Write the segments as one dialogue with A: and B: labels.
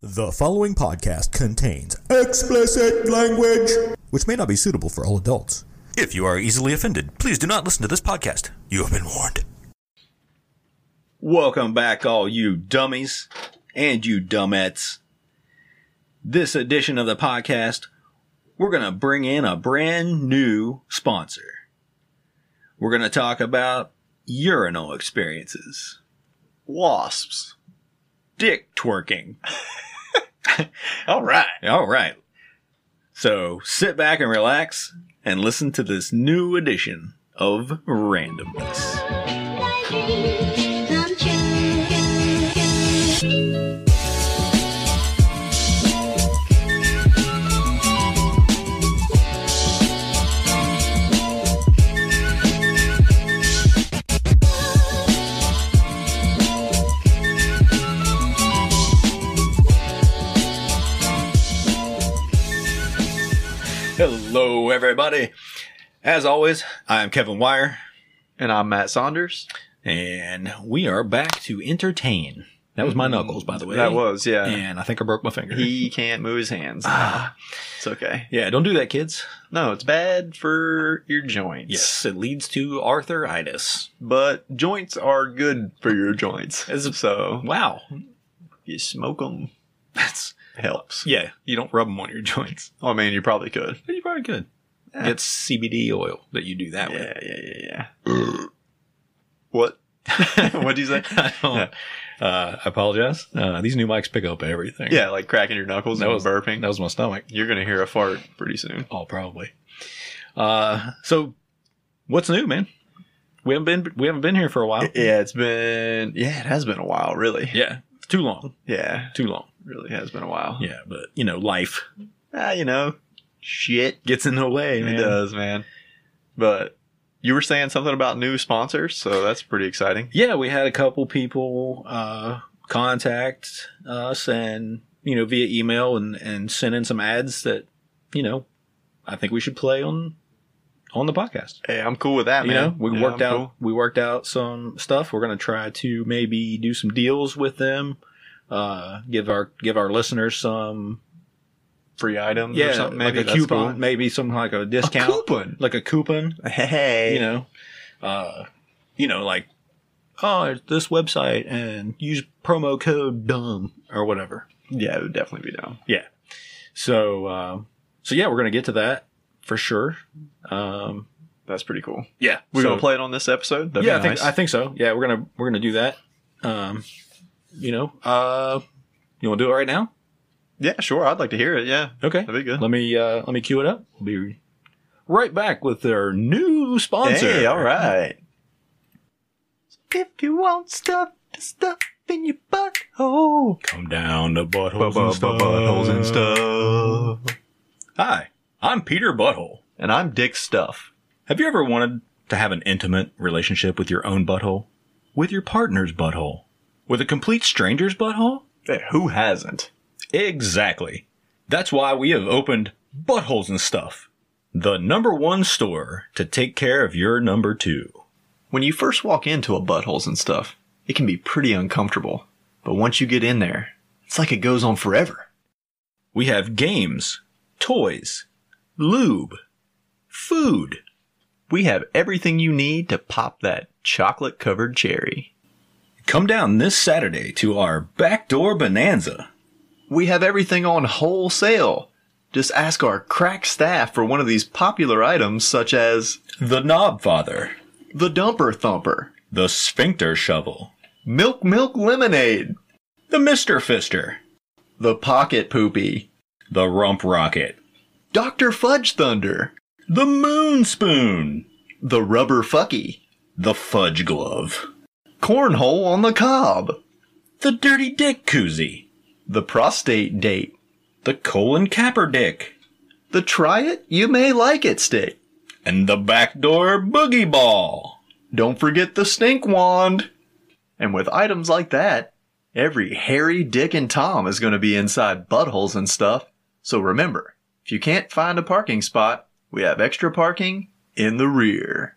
A: The following podcast contains explicit language, which may not be suitable for all adults. If you are easily offended, please do not listen to this podcast. You have been warned.
B: Welcome back, all you dummies and you dumbettes. This edition of the podcast, we're going to bring in a brand new sponsor. We're going to talk about urinal experiences,
C: wasps.
B: dick twerking.
C: All right.
B: All right. So sit back and relax and listen to this new edition of Randomness.
D: Come true.
B: Hello, everybody. As always, I'm Kevin Wire.
C: And I'm Matt Saunders.
B: And we are back to entertain. That was my knuckles, by the way.
C: Mm-hmm. That was, yeah.
B: And I think I broke my finger.
C: He can't move his hands.
B: Ah.
C: It's okay.
B: yeah, don't do that, kids.
C: No, it's bad for your joints.
B: Yes, it leads to arthritis.
C: But joints are good for your joints. So
B: Wow.
C: you smoke them
B: That's,
C: helps.
B: yeah, you don't rub them on your joints.
C: Oh, man, you probably could.
B: But you probably could.
C: Yeah.
B: It's CBD oil that you do that with.
C: Yeah, yeah, yeah, yeah. what? What'd you say?
B: I don't, uh, I apologize. Uh, these new mics pick up everything.
C: Yeah, like cracking your knuckles
B: That
C: and
B: was-
C: burping.
B: That was my stomach.
C: You're going to hear a fart pretty soon.
B: Oh, probably. Uh, so what's new, man? We haven't been, we haven't been here for a while.
C: Yeah, it's been, yeah, it has been a while, really.
B: yeah. Too long.
C: Yeah,
B: Too long.
C: really has been a while.
B: Yeah, but you know, life
C: Ah, you know, shit.
B: gets in the way,
C: It
B: man.
C: does, man. But you were saying something about new sponsors, so that's pretty exciting.
B: Yeah, we had a couple people uh, contact us and you know via email and and send in some ads that you know I think we should play on on the podcast.
C: Hey, I'm cool with that,
B: you
C: man.
B: know, we
C: Yeah,
B: worked
C: I'm
B: out
C: cool.
B: we worked out some stuff. We're gonna try to maybe do some deals with them. Uh, give our give our listeners some
C: free items or
B: yeah
C: something. Maybe
B: like a
C: that's
B: coupon,
C: cool.
B: maybe some like a discount,
C: A coupon.
B: like a coupon.
C: Hey,
B: you know, uh, you know, like, oh, it's this website and use promo code dumb or whatever.
C: yeah, it would definitely be down.
B: Yeah. So, um, so yeah, we're gonna get to that for sure. Um,
C: That's pretty cool.
B: yeah,
C: We're
B: so-
C: gonna play it on this episode. That'd
B: yeah,
C: be
B: I
C: nice.
B: think I think so. Yeah, we're gonna we're gonna do that. Um, you know, uh, you want to do it right now?
C: yeah, sure. I'd like to hear it. Yeah,
B: Okay,
C: that'd be good.
B: let me uh, let me cue it up. We'll be right back with our new sponsor.
C: Hey, all right. If you want stuff, stuff in your butthole.
B: Come down to buttholes and stuff.
C: Buttholes and stuff.
B: Hi, I'm Peter Butthole.
C: And I'm Dick Stuff.
B: Have you ever wanted to have an intimate relationship with your own butthole? With your partner's butthole? With a complete stranger's butthole?
C: Hey, who hasn't?
B: Exactly. That's why we have opened Buttholes and Stuff, the number one store to take care of your number two.
C: When you first walk into a buttholes and stuff, it can be pretty uncomfortable. But once you get in there, it's like it goes on forever.
B: We have games, toys, lube, food.
C: We have everything you need to pop that chocolate covered cherry.
B: Come down this Saturday to our backdoor bonanza.
C: We have everything on wholesale. Just ask our crack staff for one of these popular items such as
B: The Knob Father,
C: the dumper thumper,
B: the Sphincter Shovel,
C: milk milk lemonade,
B: the Mr. Fister,
C: the pocket poopy,
B: the Rump Rocket.
C: Dr. Fudge Thunder,
B: The Moon Spoon.
C: the rubber fucky,
B: The Fudge Glove.
C: cornhole on the cob,
B: The Dirty Dick Koozie.
C: the prostate date.
B: The Colon Capper Dick.
C: The try it, you may like it stick.
B: And the Backdoor Boogie Ball.
C: Don't forget the stink wand. And with items like that, every Harry, Dick, and Tom is going to be inside buttholes and stuff. So remember, if you can't find a parking spot, we have extra parking in the rear.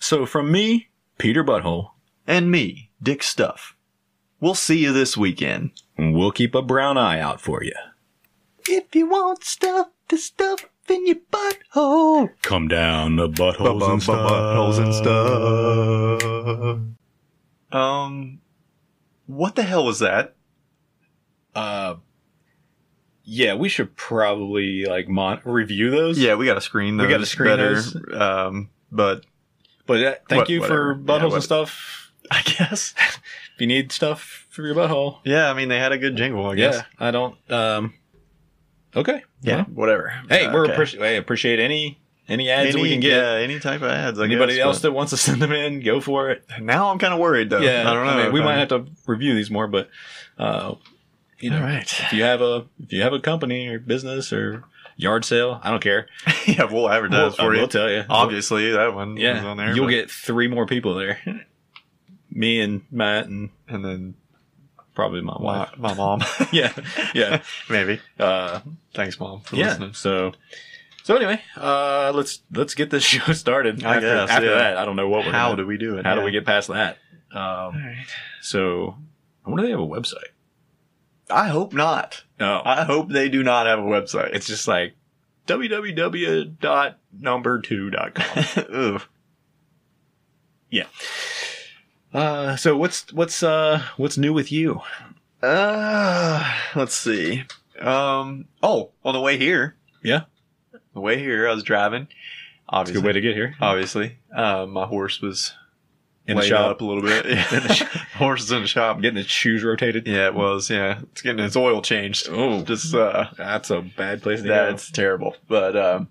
B: So from me, Peter Butthole,
C: And me, Dick Stuff. We'll see you this weekend.
B: and we'll keep a brown eye out for you.
C: If you want stuff, the stuff in your butthole.
B: Come down the buttholes and stuff.
C: stuff. Um, what the hell was that?
B: Uh, yeah, we should probably like mon- review those.
C: Yeah, we got to screen those.
B: We gotta screen
C: better.
B: those.
C: Um, but
B: but uh, thank
C: What-
B: you
C: whatever.
B: for buttholes
C: Yeah, what-
B: and stuff.
C: I guess.
B: If you need stuff for your butthole,
C: Yeah, I mean they had a good jingle. I
B: yeah,
C: guess.
B: I don't. Um, okay,
C: Yeah,
B: Well,
C: whatever.
B: hey, we're
C: Okay.
B: appreci- hey, appreciate any any ads
C: any,
B: that we can get.
C: Yeah, any type of ads. I
B: Anybody
C: guess,
B: else
C: but-
B: that wants to send them in, go for it.
C: now I'm kind of worried though.
B: yeah,
C: I don't know.
B: mean, we
C: if
B: might
C: I'm-
B: have to review these more, but uh, you know,
C: All right.
B: if you have a if you have a company or business or yard sale, I don't care.
C: yeah, we'll
B: We'll,
C: advertise
B: uh,
C: for you.
B: we'll tell you.
C: Obviously, that one
B: yeah,
C: was on there.
B: you'll
C: but-
B: get three more people there. Me and Matt and
C: and then
B: probably my
C: my,
B: wife.
C: my mom,
B: yeah, yeah,
C: maybe.
B: uh,
C: Thanks, mom, for
B: yeah.
C: listening.
B: So, so anyway, uh, let's let's get this show started.
C: I
B: after
C: guess,
B: after
C: yeah.
B: that, I don't know what we're
C: How
B: gonna-
C: do we do it?
B: how do
C: Yeah.
B: we get past that.
C: All
B: Um,
C: right.
B: so, I wonder if they have a website.
C: I hope not.
B: Oh,
C: I hope they do not have a website.
B: it's just like www.number2.com.
C: Ugh.
B: uh, so what's what's uh what's new with you?
C: Uh, let's see. Um. Oh, on the way here,
B: Yeah,
C: the way here, I was driving.
B: it's a good
C: Obviously,
B: way to get here.
C: obviously, uh, my horse was
B: In the
C: laid
B: shop.
C: up a little bit. Yeah. horse is in the shop.
B: Getting its shoes rotated.
C: Yeah, it was. Yeah, it's getting its oil changed.
B: Oh,
C: Just uh,
B: that's a bad place to go.
C: that's terrible. But um,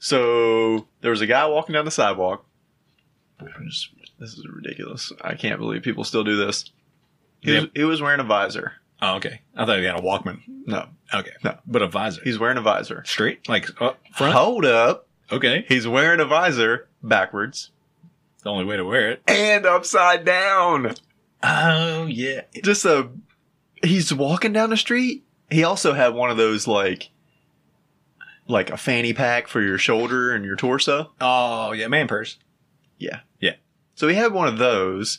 C: so there was a guy walking down the sidewalk. I'm just- This is ridiculous. I can't believe people still do this. He, was,
B: Yep.
C: he was wearing a visor.
B: Oh, okay. I thought he had a Walkman.
C: No,
B: Okay.
C: No.
B: But a visor.
C: he's wearing a visor.
B: straight? Like up front?
C: Hold up.
B: Okay.
C: He's wearing a visor backwards
B: It's the only way to wear it.
C: and upside down.
B: Oh, yeah.
C: Just a. He's walking down the street. He also had one of those like, like a fanny pack for your shoulder and your torso.
B: Oh, yeah. Man purse.
C: Yeah.
B: Yeah.
C: So he had one of those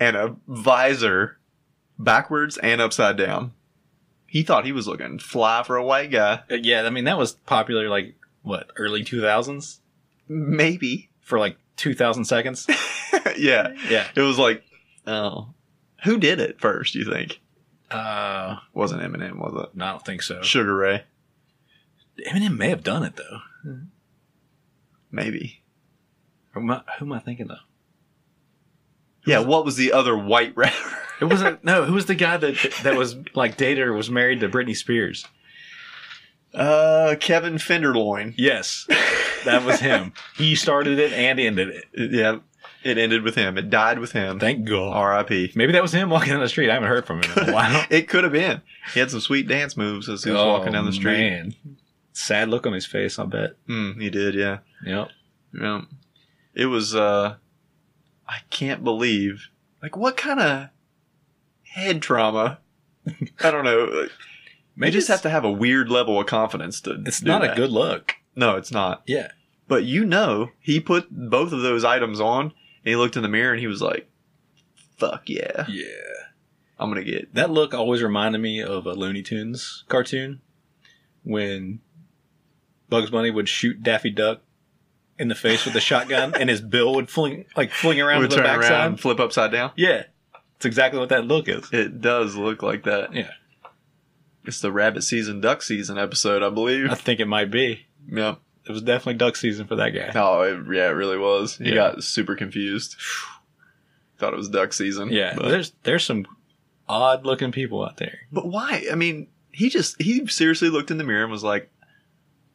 C: and a visor backwards and upside down. He thought he was looking fly for a white guy.
B: Uh, Yeah. I mean, that was popular like, what, early 2000s?
C: Maybe.
B: For like 2,000 seconds?
C: yeah.
B: yeah.
C: It was like, oh. Who did it first, you think?
B: Uh,
C: Wasn't Eminem, was
B: no, I don't think so.
C: it? Sugar Ray.
B: Eminem may have done it, though.
C: Maybe.
B: Who am I, who am I thinking, though?
C: Yeah, what was the other white rapper?
B: It wasn't. no, who was the guy that that was like dated or was married to Britney Spears?
C: Uh Kevin Fenderloin.
B: Yes. That was him. he started it and ended it.
C: Yeah. It ended with him. It died with him.
B: Thank God.
C: R.I.P.
B: Maybe that was him walking down the street. I haven't heard from him in a while. Oh,
C: It could have been. He had some sweet dance moves as he was walking down the street.
B: Man. Sad look on his face, I bet.
C: Mm, he did, yeah.
B: Yep.
C: Yeah. It was uh I can't believe like what kind of head trauma I don't know. Like, you just have to have a weird level of confidence to
B: It's
C: do
B: not a
C: that.
B: good look.
C: No, it's not.
B: Yeah.
C: But you know, he put both of those items on and he looked in the mirror and he was like, Fuck yeah.
B: Yeah.
C: I'm gonna get
B: That look always reminded me of a Looney Tunes cartoon when Bugs Bunny would shoot Daffy Duck in the face with a shotgun and his bill would fling like fling around
C: We'll
B: to the backside.
C: and flip upside down.
B: Yeah. It's exactly what that look is.
C: It does look like that.
B: Yeah.
C: It's the rabbit season, duck season episode, I believe.
B: I think it might be.
C: yeah.
B: It was definitely duck season for that guy.
C: Oh, it, yeah, it really was. He
B: Yeah.
C: got super confused. Thought it was duck season.
B: Yeah.
C: But,
B: There's there's some odd looking people out there.
C: but why? I mean, he just, he seriously looked in the mirror and was like,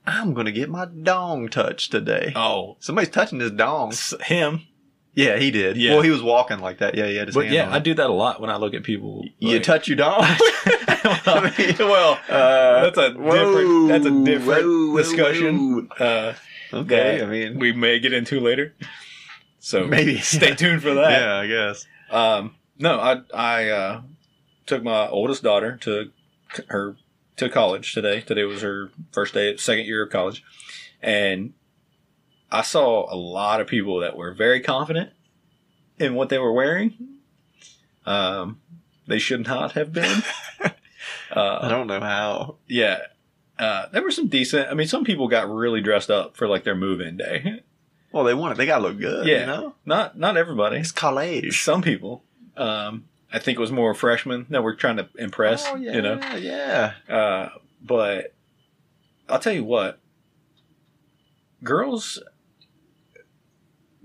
C: I'm going to get my dong touched today.
B: Oh,
C: Somebody's touching his dong.
B: s- him.
C: Yeah, he did.
B: Yeah.
C: Well, he was walking like that. Yeah, he had his
B: But
C: hand
B: yeah,
C: on
B: I
C: it.
B: do that a lot when I look at people.
C: You
B: like-
C: touch your dong? I mean,
B: well,
C: uh,
B: that's a different- that's a different discussion. uh,
C: Okay,
B: that
C: I mean,
B: we may get into later. So
C: Maybe.
B: stay tuned for that.
C: yeah, I guess.
B: Um, no, I I uh, took my oldest daughter to c- her to college today. Today was her first day, second year of college, and I saw a lot of people that were very confident in what they were wearing. Um, They should not have been. Uh,
C: I don't know how.
B: Yeah. Uh, there were some decent. I mean, some people got really dressed up for like their move-in day.
C: Well, they want it. They gotta look good.
B: yeah,
C: You know,
B: not not everybody.
C: it's college.
B: Some people. Um, I think it was more freshmen that were trying to impress.
C: Oh, yeah,
B: You know.
C: yeah.
B: Uh, but I'll tell you what, girls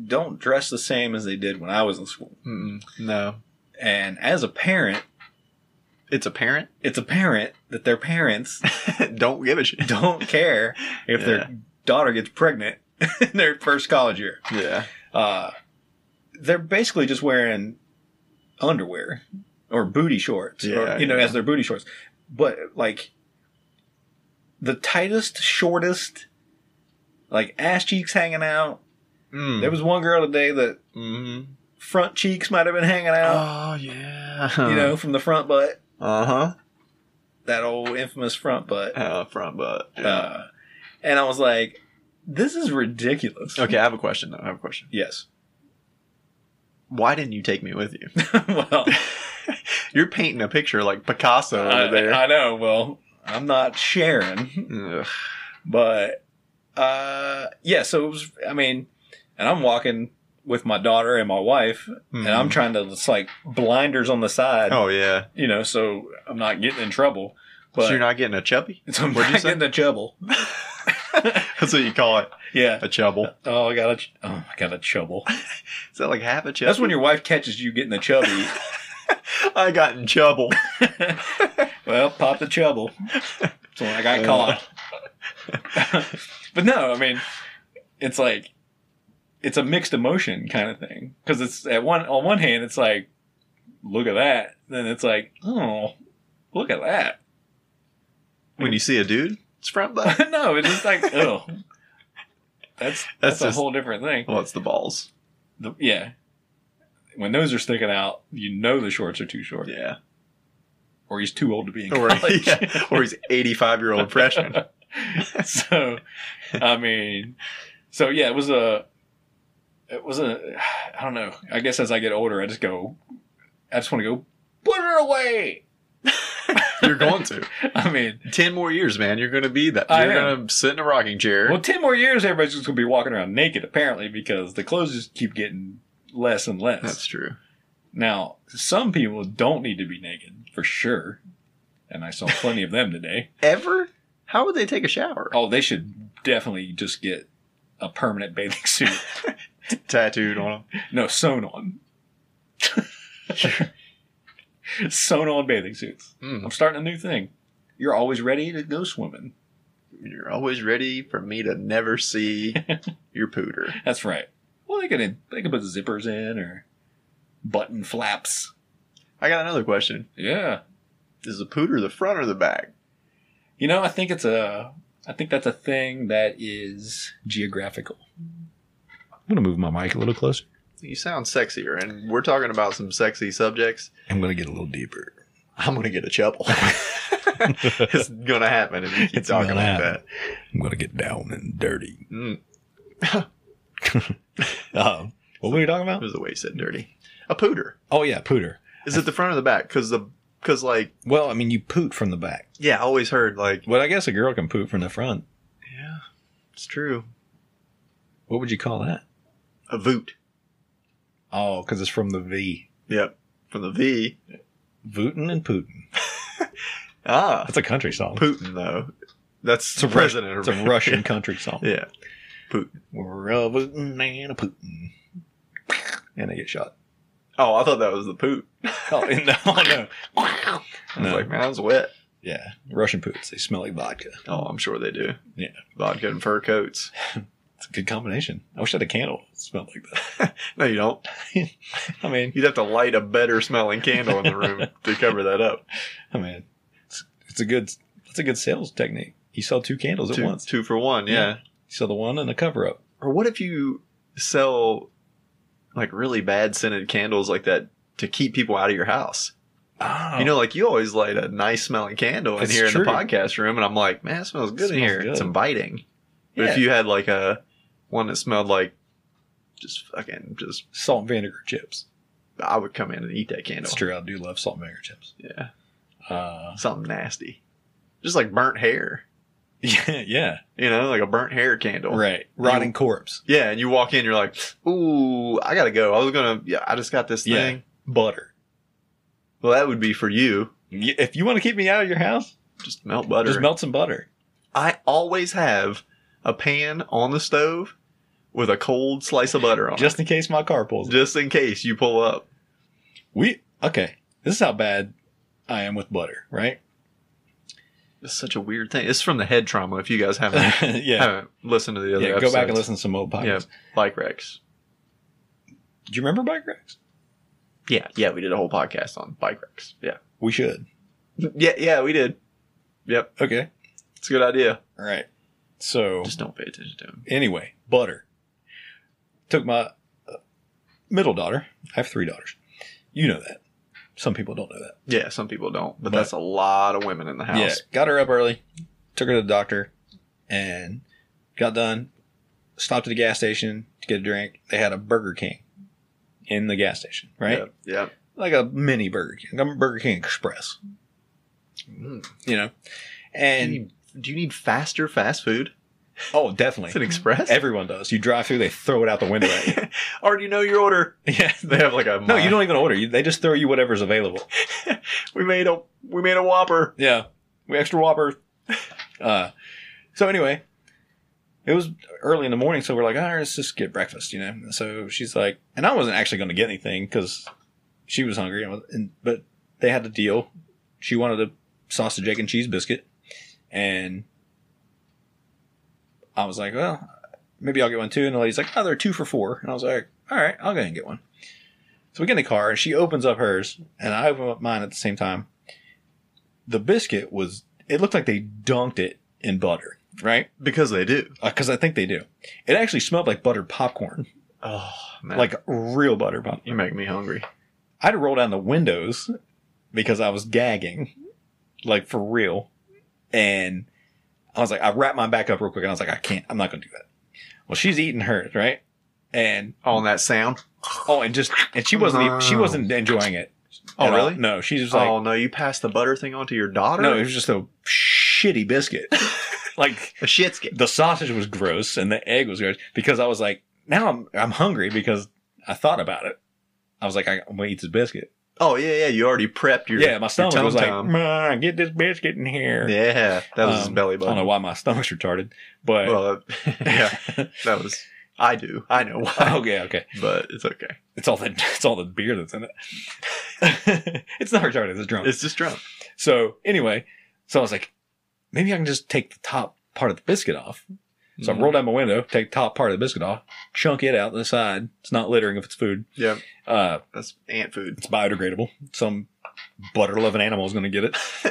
B: don't dress the same as they did when I was in school.
C: Mm-mm, no,
B: And as a parent,
C: it's apparent.
B: it's apparent that their parents
C: don't give a shit.
B: don't care if
C: Yeah.
B: their daughter gets pregnant in their first college year.
C: Yeah.
B: Uh, they're basically just wearing underwear or booty shorts,
C: Yeah,
B: or, you know,
C: yeah.
B: as their booty shorts. But like the tightest, shortest, like ass cheeks hanging out.
C: Mm.
B: There was one girl today that
C: mm
B: front cheeks might have been hanging out,
C: Oh yeah.
B: you know, from the front butt,
C: Uh-huh.
B: that old infamous front butt.
C: Uh Front butt.
B: Uh, and I was like, this is ridiculous.
C: okay, I have a question though. I have a question.
B: Yes.
C: Why didn't you take me with you?
B: well,
C: You're painting a picture like Picasso over
B: I,
C: there.
B: I know. Well, I'm not sharing,
C: Ugh.
B: but uh, yeah. So it was. I mean, and I'm walking with my daughter and my wife, and I'm
C: Mhm.
B: trying to just like blinders on the side,
C: Oh yeah.
B: you know, so I'm not getting in trouble. But
C: so you're not getting a chubby?
B: so I'm
C: what'd you
B: not
C: say?
B: getting in trouble.
C: That's what you call it.
B: yeah.
C: A chubble.
B: Oh, I got a. ch- Oh, I got a chubble.
C: Is that like half a chubby?
B: That's when your wife catches you getting a chubby.
C: I got in chubble.
B: Well, pop the trouble. So I got
C: Yeah.
B: caught. but no, I mean, it's like it's a mixed emotion kind of thing because it's at one on one hand it's like look at that, then it's like oh look at that.
C: when you see a dude, it's front butt.
B: no, it's just like oh that's that's,
C: just-
B: a whole different thing.
C: Well, it's the balls.
B: The- yeah, when those are sticking out, you know the shorts are too short,
C: Yeah.
B: or he's too old to be in
C: Or,
B: college.
C: yeah, or he's 85 year old freshman.
B: so i mean so yeah it was a it was a i don't know i guess as i get older i just go i just want to go put her away
C: You're going to.
B: i mean
C: 10 more years, man. You're going to be that.
B: I
C: You're
B: am.
C: going to sit in a rocking chair.
B: well 10 more years everybody's just gonna be walking around naked apparently because the clothes just keep getting less and less
C: That's true.
B: now some people don't need to be naked for sure and i saw plenty of them today
C: Ever? How would they take a shower?
B: oh they should definitely just get a permanent bathing suit
C: Tattooed on them.
B: No, sewn on. sewn on bathing suits.
C: Hmm.
B: I'm starting a new thing. You're always ready to go swimming.
C: You're always ready for me to never see your pooter.
B: That's right. Well, they can they can put zippers in or button flaps.
C: I got another question.
B: Yeah.
C: Is the pooter the front or the back?
B: You know, I think it's a I think that's a thing that is geographical. I'm gonna move my mic a little closer.
C: You sound sexier, and we're talking about some sexy subjects.
A: I'm gonna get a little deeper.
C: I'm going to get a chubble. it's going to happen if you keep
A: It's
C: talking
A: gonna
C: like
A: happen.
C: that.
A: I'm gonna get down and dirty.
C: Mm,
A: Um, what were you talking
C: that
A: about?
C: was the way you said dirty. A pooter.
A: Oh yeah, pooter.
C: Is it the front or the back? Because the because like
A: Well, I mean, you poot from the back.
C: yeah, I always heard like
A: Well, I guess a girl can poot from the front.
C: yeah, it's true.
A: What would you call that?
C: A voot.
A: Oh, because it's from the V.
C: Yep. From the V.
A: Vootin' and Putin.
C: Ah,
A: That's a country song.
C: Putin though. That's
A: It's a
C: the president.
A: Russian, it's a Russian country song.
C: yeah.
A: We're a Putin and a Putin. And they get shot.
C: Oh, I thought that was the poop.
A: Oh, and- oh, no.
C: I was
A: No.
C: like, man, I was wet.
A: Yeah. Russian poots. They smell like vodka.
C: Oh, I'm sure they do.
A: Yeah.
C: Vodka and fur coats.
A: It's a good combination. I wish I had a candle that smelled like that.
C: No, you don't.
A: I mean,
C: You'd have to light a better smelling candle in the room to cover that up.
A: I mean, it's, it's a good, that's a good sales technique. You sell two candles at
C: Two,
A: once.
C: two for one, yeah.
A: Yeah. You sell the one and a cover up.
C: Or what if you sell like really bad scented candles like that to keep people out of your house?
A: Oh,
C: You know, like you always light a nice smelling candle in
A: That's
C: here in
A: true.
C: the podcast room, and I'm like, man, it smells good in
A: Smells
C: here.
A: good.
C: It's inviting. But if
A: Yeah.
C: you had like a one that smelled like just fucking just
A: salt and vinegar chips.
C: I would come in and eat that candle.
B: It's true. I do love salt and vinegar chips.
C: Yeah.
B: Uh,
C: Something nasty. Just like burnt hair.
B: yeah, yeah,
C: You know, like a burnt hair candle.
B: right. Rotting corpse,
C: Yeah, and you walk in, you're like, ooh, I gotta go. I was gonna, yeah, I just got this
B: Yeah.
C: thing.
B: butter.
C: Well, that would be for you.
B: Y- If you want to keep me out of your house,
C: Just melt butter.
B: just melt some butter.
C: I always have a pan on the stove with a cold slice of butter on
B: Just in case my car pulls.
C: it, just in case you pull up.
B: We okay. This is how bad I am with butter, right?
C: It's such a weird thing. It's from the head trauma. If you guys haven't
B: yeah.
C: haven't listened to the other,
B: Yeah, go back and
C: episodes.
B: listen to some old podcasts.
C: Yeah, bike wrecks.
B: Do you remember bike racks?
C: Yeah, yeah, we did a whole podcast on bike wrecks. Yeah,
B: We should.
C: yeah, yeah, we did. Yep,
B: Okay.
C: it's a good idea.
B: All right. So
C: Just don't pay attention to him.
B: anyway, butter. Took my uh, middle daughter. I have three daughters. You know that. Some people don't know that.
C: Yeah, some people don't, but,
B: But-
C: that's a lot of women in the house.
B: Yeah. Got her up early. Took her to the doctor, and got done. Stopped at the gas station to get a drink. They had a Burger King in the gas station, right?
C: Yep. yep.
B: like a mini Burger King, a Burger King Express,
C: Mm.
B: you know.
C: Do, you
B: And
C: need, do you need faster fast food?
B: oh,
C: It's an
B: definitely,
C: express.
B: everyone does. You drive through, they throw it out the window. At you.
C: Already know your order.
B: yeah,
C: They have like a
B: no, you don't even order. You, they just throw you whatever's available.
C: We made a we made a Whopper.
B: Yeah, we extra Whopper. Uh, so anyway, it was early in the morning, so we're like, all right, let's just get breakfast, you know. So she's like, and I wasn't actually going to get anything because she was hungry, and, and but they had the deal. She wanted a sausage, egg, and cheese biscuit, and I was like, well, maybe I'll get one too. And the lady's like, oh, they're two for four, and I was like, all right, I'll go ahead and get one. So we get in the car, and she opens up hers, and I open up mine at the same time the biscuit was it looked like they dunked it in butter right
C: Because they do.
B: because i think they do it actually smelled like buttered popcorn
C: Oh man.
B: like real butter popcorn
C: you make me hungry.
B: i had to roll down the windows because i was gagging like for real and i was like i wrapped my back up real quick and i was like i can't i'm not gonna do that well she's eating hers right and
C: On that sound.
B: oh and just and she wasn't even, she wasn't enjoying it
C: Oh,
B: at all.
C: really?
B: no she was like
C: oh no, you passed the butter thing on to your daughter?
B: no it was just a shitty biscuit like
C: a shit's get.
B: the sausage was gross and the egg was gross because I was like, now I'm I'm hungry because I thought about it. I was like, I, am gonna eat this biscuit.
C: Oh yeah, yeah. You already prepped your
B: yeah, my
C: your
B: stomach was like,
C: tum-tum.
B: "Ma, get this biscuit in here.
C: yeah. That was his
B: Um,
C: belly
B: I don't know
C: button.
B: why my stomach's retarded, but
C: Well, uh, yeah, that was. I do. I know why,
B: Oh, okay, okay,
C: but it's okay.
B: it's all the it's all the beer that's in it. it's not retarded, it's drunk.
C: It's just drunk.
B: so anyway, so I was like, maybe I can just take the top part of the biscuit off. So
C: Mm-hmm.
B: I roll down my window, take the top part of the biscuit off, chunk it out to the side. It's not littering if it's food.
C: Yeah,
B: Uh,
C: Mm-hmm. that's ant food.
B: it's biodegradable. Some butter loving animal is going to get
C: Ew.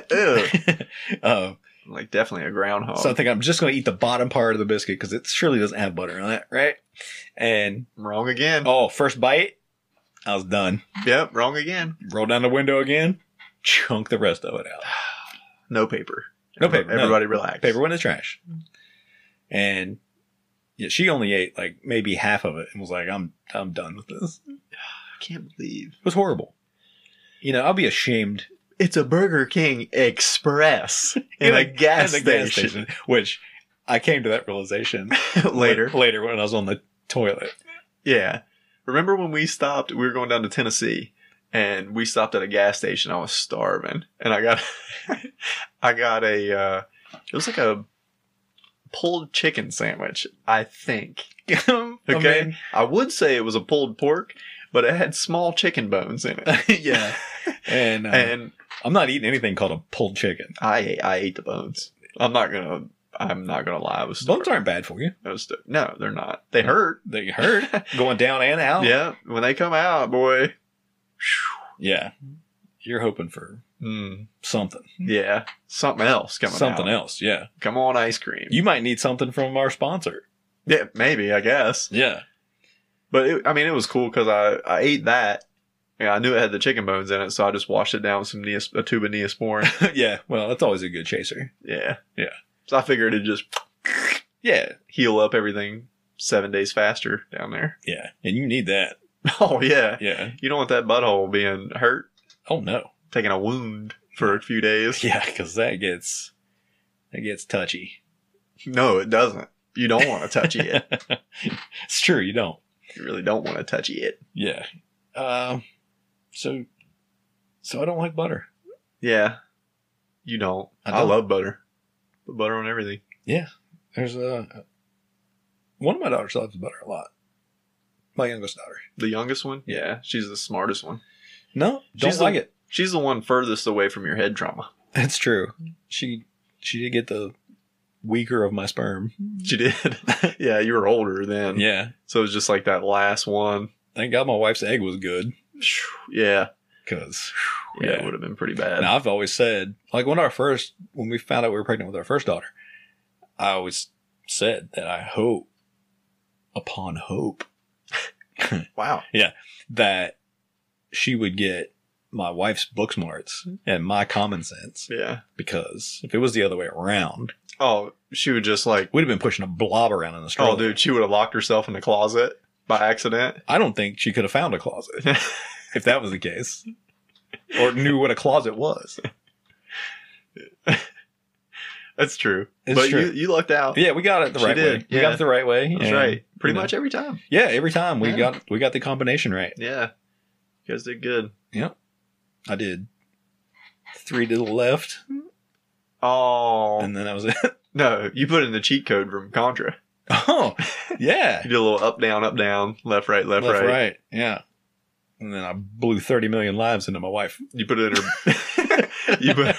B: it. uh,
C: like definitely a groundhog.
B: So I think I'm just going to eat the bottom part of the biscuit because it surely doesn't have butter on it, right? And
C: wrong again.
B: oh, first bite, I was done.
C: Yep, wrong again.
B: Roll down the window again, chunk the rest of it out.
C: No paper.
B: No paper, no.
C: Everybody relax.
B: Paper went in the trash. And yeah, she only ate like maybe half of it and was like, "I'm I'm done with this." It
C: I can't believe
B: was horrible. You know, I'll be ashamed
C: it's a Burger King Express in a gas
B: at the
C: station.
B: gas which I came to that realization
C: later.
B: Later, when I was on the toilet.
C: Yeah. Remember when we stopped? We were going down to Tennessee, and we stopped at a gas station. I was starving, and I got, I got a. Uh, it was like a pulled chicken sandwich, I think. Okay.
B: mean,
C: I would say it was a pulled pork, but it had small chicken bones in it.
B: yeah. And, uh,
C: and
B: I'm not eating anything called a pulled chicken.
C: I I ate the bones. I'm not gonna. I'm not gonna lie. I was
B: Bones
C: starving.
B: aren't bad for you.
C: I was sta- no, they're not. They hurt.
B: They hurt going down and out.
C: Yeah, when they come out, boy.
B: Yeah. You're hoping for
C: Mm,
B: something.
C: yeah, something else coming.
B: Hmm. something
C: out.
B: else. Yeah.
C: Come on, ice cream.
B: You might need something from our sponsor.
C: yeah, maybe I guess.
B: Yeah.
C: But it, I mean, it was cool because I I ate that. Yeah, I knew it had the chicken bones in it, so I just washed it down with some neos- a tube of Neosporin.
B: yeah. Well, that's always a good chaser.
C: yeah,
B: Yeah.
C: So I figured it'd just
B: Yeah.
C: heal up everything seven days faster down there.
B: Yeah. And you need that.
C: Oh, yeah.
B: Yeah.
C: You don't want that butthole being hurt,
B: Oh no.
C: taking a wound for a few days.
B: Yeah, because that gets that gets touchy.
C: No, it doesn't. You don't want to touch it.
B: It's true. You don't.
C: You really don't want to touch it.
B: Yeah. Um. So. So I don't like butter.
C: Yeah. You don't.
B: I
C: I,
B: don't.
C: love butter. Put butter on everything.
B: There's a one of my daughters loves butter a lot. My youngest daughter.
C: The youngest one? Yeah. She's the smartest one.
B: No, don't
C: She's
B: like
C: the-
B: it.
C: She's the one furthest away from your head trauma.
B: That's true. She she did get the weaker of my sperm.
C: She did. yeah, you were older then.
B: Yeah.
C: So it was just like that last one.
B: Thank God my wife's egg was good.
C: Yeah.
B: Cause
C: Yeah,
B: Yeah.
C: it would have been pretty bad.
B: now I've always said, like when our first when we found out we were pregnant with our first daughter, I always said that I hope upon hope
C: Wow.
B: that she would get my wife's book smarts and my common sense.
C: Yeah.
B: Because if it was the other way around,
C: Oh, she would just like,
B: we'd have been pushing a blob around in the stroller.
C: oh, dude, she would have locked herself in the closet by accident.
B: I don't think she could have found a closet if that was the case, or knew what a closet was.
C: That's true.
B: It's
C: but
B: true.
C: You, you lucked out.
B: Yeah, we got it the
C: She
B: right
C: did,
B: way. We got
C: yeah.
B: it the right way.
C: That's
B: and,
C: right. Pretty
B: you know,
C: much every time.
B: Yeah, every time we
C: Yeah.
B: got we got the combination right.
C: Yeah. You guys did good.
B: I did three to the left,
C: Oh.
B: and then that was it.
C: no, you put in the cheat code from Contra.
B: Oh, yeah,
C: You did a little up, down, up, down, left, right, left,
B: left, right.
C: right.
B: yeah. And then I blew thirty million lives into my wife.
C: You put it in her. you, put,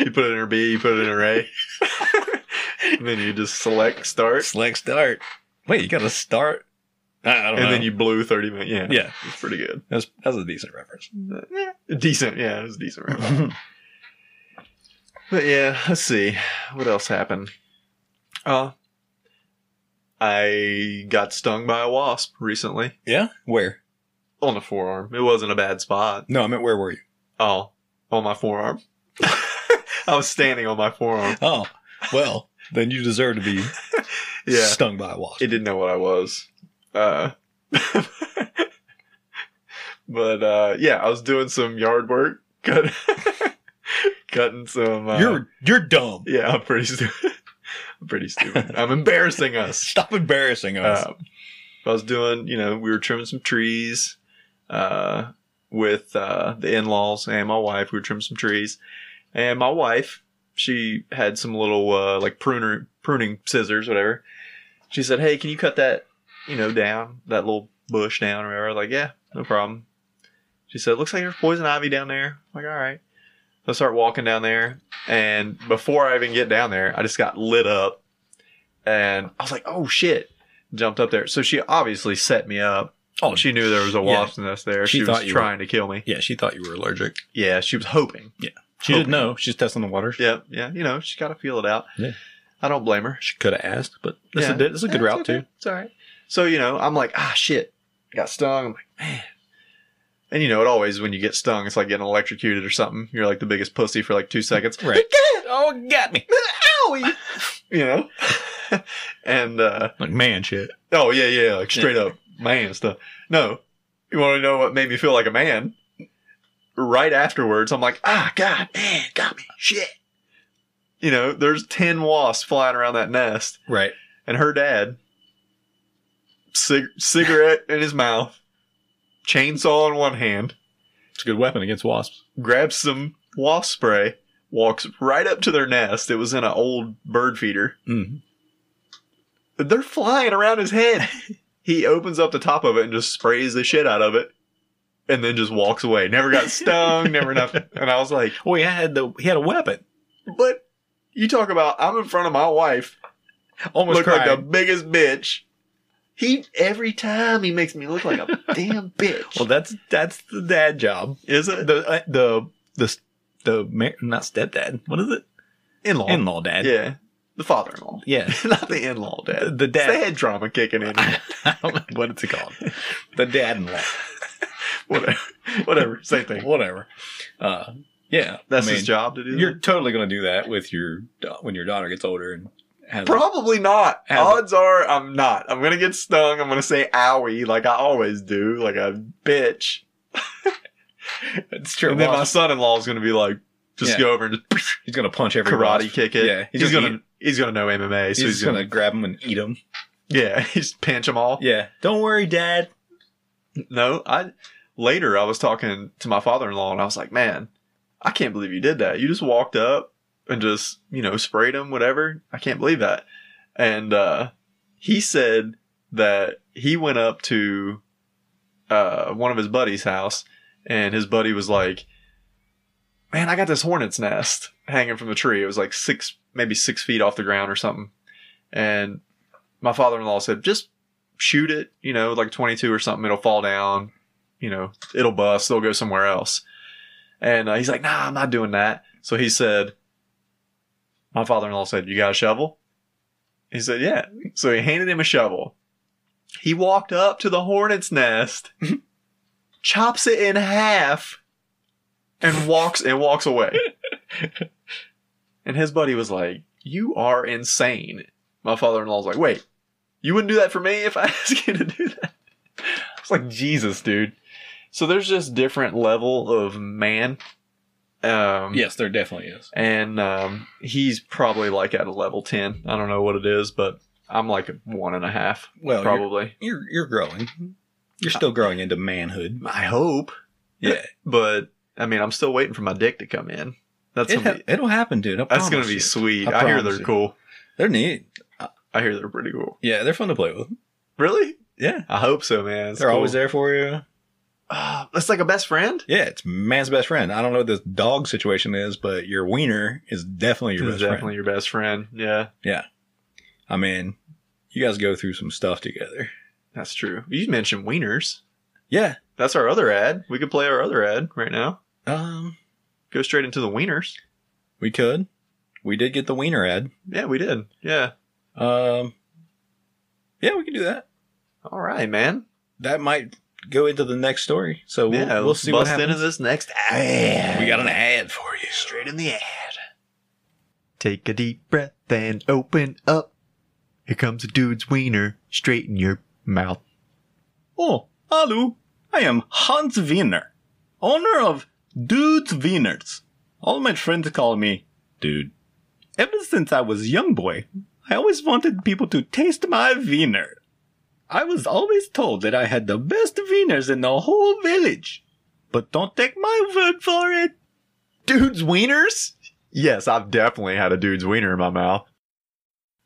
C: you put it in her B, you put it in her A. and then you just select start.
B: Slack start. Wait, you got to start. I, I don't
C: And
B: know.
C: then you blew 30 minutes. Yeah.
B: yeah,
C: It's pretty good. Uh,
B: that was that was a decent reference.
C: Decent. Yeah, it was a decent. round. but yeah, let's see. What else happened? Uh, I got stung by a wasp recently
B: Yeah, where?
C: on the forearm. It wasn't a bad spot.
B: No, I meant where were you?
C: Oh, on my forearm. I was standing on my forearm.
B: Oh, well, then you deserve to be
C: Yeah.
B: stung by a wasp.
C: It didn't know what I was. Uh, but uh, yeah, I was doing some yard work, cut, cutting some. Uh,
B: you're you're dumb.
C: Yeah, I'm pretty stupid. I'm pretty stupid. I'm embarrassing us.
B: Stop embarrassing us.
C: Um, I was doing, you know, we were trimming some trees uh, with uh, the in laws and my wife. We were trimming some trees, and my wife, she had some little uh, like pruner pruning scissors, whatever. She said, "Hey, can you cut that, you know, down that little bush down or whatever?" I was like, yeah, no problem. She said, "Looks like there's poison ivy down there." I'm like, all right. So I start walking down there, and before I even get down there, I just got lit up, and I was like, "Oh shit!" Jumped up there. So she obviously set me up.
B: oh,
C: She knew there was a wasp nest there.
B: She
C: She,
B: thought
C: was
B: you
C: trying to kill me.
B: yeah, she thought you were allergic.
C: Yeah, she was hoping.
B: She didn't know. She's testing the waters.
C: Yeah, yeah. You know, she got to feel it out.
B: Yeah.
C: I don't blame her.
B: She could have asked, but this
C: Yeah.
B: is this is a good
C: That's
B: route
C: okay.
B: too.
C: It's all right. So you know, I'm like, ah, shit, I got stung. I'm like, man. And you know, it always when you get stung, it's like getting electrocuted or something. You're like the biggest pussy for like two seconds.
B: Right. oh, it got me.
C: Owie. you know. and uh,
B: Like man, shit.
C: oh yeah, yeah, like straight up man stuff. No, you want to know what made me feel like a man? Right afterwards, I'm like, ah, god, man, got me, shit. You know, there's ten wasps flying around that nest
B: Right.
C: and her dad, cig- cigarette in his mouth, chainsaw in one hand,
B: It's a good weapon against wasps.
C: grabs some wasp spray, walks right up to their nest. It was in an old bird feeder.
B: Mm.
C: They're flying around his head. he opens up the top of it and just sprays the shit out of it. And then just walks away. Never got stung, never nothing. And I was like,
B: Well, he had the he had a weapon.
C: but you talk about I'm in front of my wife
B: Almost
C: look
B: cried.
C: like the biggest bitch. He every time he makes me look like a damn bitch.
B: well, that's that's the dad job.
C: is it
B: The uh, the the the ma- not stepdad. What is it?
C: in-law?
B: In law dad.
C: Yeah, the father-in-law,
B: Yeah.
C: not the in-law
B: The,
C: dad.
B: the
C: It's the
B: dad.
C: head trauma kicking in,
B: I don't know what it's called. The dad in law.
C: whatever, whatever, same thing.
B: Whatever. Uh, yeah.
C: That's
B: I mean,
C: his job to do.
B: You're totally going to do that with your da- when your daughter gets older and has
C: Probably not.
B: Has it.
C: Odds are I'm not. I'm gonna get stung. I'm gonna say owie like I always do, like a bitch.
B: it's true.
C: and then
B: Well,
C: my son-in-law is gonna be like, just
B: Yeah.
C: go over and just
B: he's gonna punch every
C: karate
B: rock.
C: kick it.
B: Yeah,
C: he's,
B: he's just
C: gonna
B: eat-
C: he's gonna know MMA, so
B: He's,
C: he's,
B: just
C: gonna,
B: gonna grab him and eat him.
C: yeah, he's pinch them all.
B: Yeah. Don't worry, Dad.
C: No, I later I was talking to my father-in-law and I was like, man, I can't believe you did that. You just walked up and just you know sprayed him, whatever. I can't believe that. And uh, he said that he went up to uh, one of his buddy's house, and his buddy was like, "Man, I got this hornet's nest hanging from the tree. It was like six, maybe six feet off the ground or something." And my father-in-law said, "Just shoot it, you know, like 22 or something. It'll fall down, you know, it'll bust. They'll go somewhere else." And uh, he's like, "Nah, I'm not doing that." So he said, "My father-in-law said, you got a shovel?" He said, "Yeah." So he handed him a shovel. He walked up to the hornet's nest, chops it in half, and walks and walks away. and his buddy was like, "You are insane." My father-in-law's like, "Wait, you wouldn't do that for me if I asked you to do that." It's like Jesus, dude. So there's just different level of man. Um,
B: Yes, there definitely is.
C: and um, he's probably like at a level 10 i don't know what it is but i'm like a one and a half
B: Well, probably
C: probably
B: Oh, you're you're, you're growing. You're still growing into manhood.
C: i hope
B: Yeah.
C: but i mean i'm still waiting for my dick to come in that's
B: It
C: gonna
B: ha-
C: be,
B: it'll happen, dude. I
C: that's gonna
B: promise
C: be
B: you.
C: sweet
B: I
C: i, hear
B: promise
C: they're
B: you.
C: cool
B: They're neat.
C: i hear they're pretty cool
B: Yeah, they're fun to play with.
C: really
B: Yeah.
C: i hope so man It's
B: they're
C: cool.
B: always there for you.
C: Ah, that's like a best friend
B: Yeah, it's man's best friend. I don't know what this dog situation is, but your wiener is definitely your best
C: This is definitely
B: friend.
C: your best friend yeah
B: I mean, you guys go through some stuff together.
C: that's true you mentioned wieners
B: Yeah.
C: that's our other ad we could play our other ad right now
B: Um,
C: go straight into the wieners
B: we could. We did get the wiener ad.
C: yeah we did yeah
B: Um, yeah, we can do that.
C: all right man
B: That might go into the next story. So we'll,
C: yeah,
B: we'll see what
C: bust
B: happens.
C: into this next ad.
B: we got an ad for you.
C: straight in the ad. Take a deep breath and open up. Here comes a dude's wiener straight in your mouth.
E: Oh, hello. I am Hans Wiener, owner of Dude's Wieners. All my friends call me Dude. Ever since I was a young boy, I always wanted people to taste my wiener. I was always told that I had the best wieners in the whole village. But don't take my word for it.
C: Dude's wieners? Yes, I've definitely had a dude's wiener in my mouth.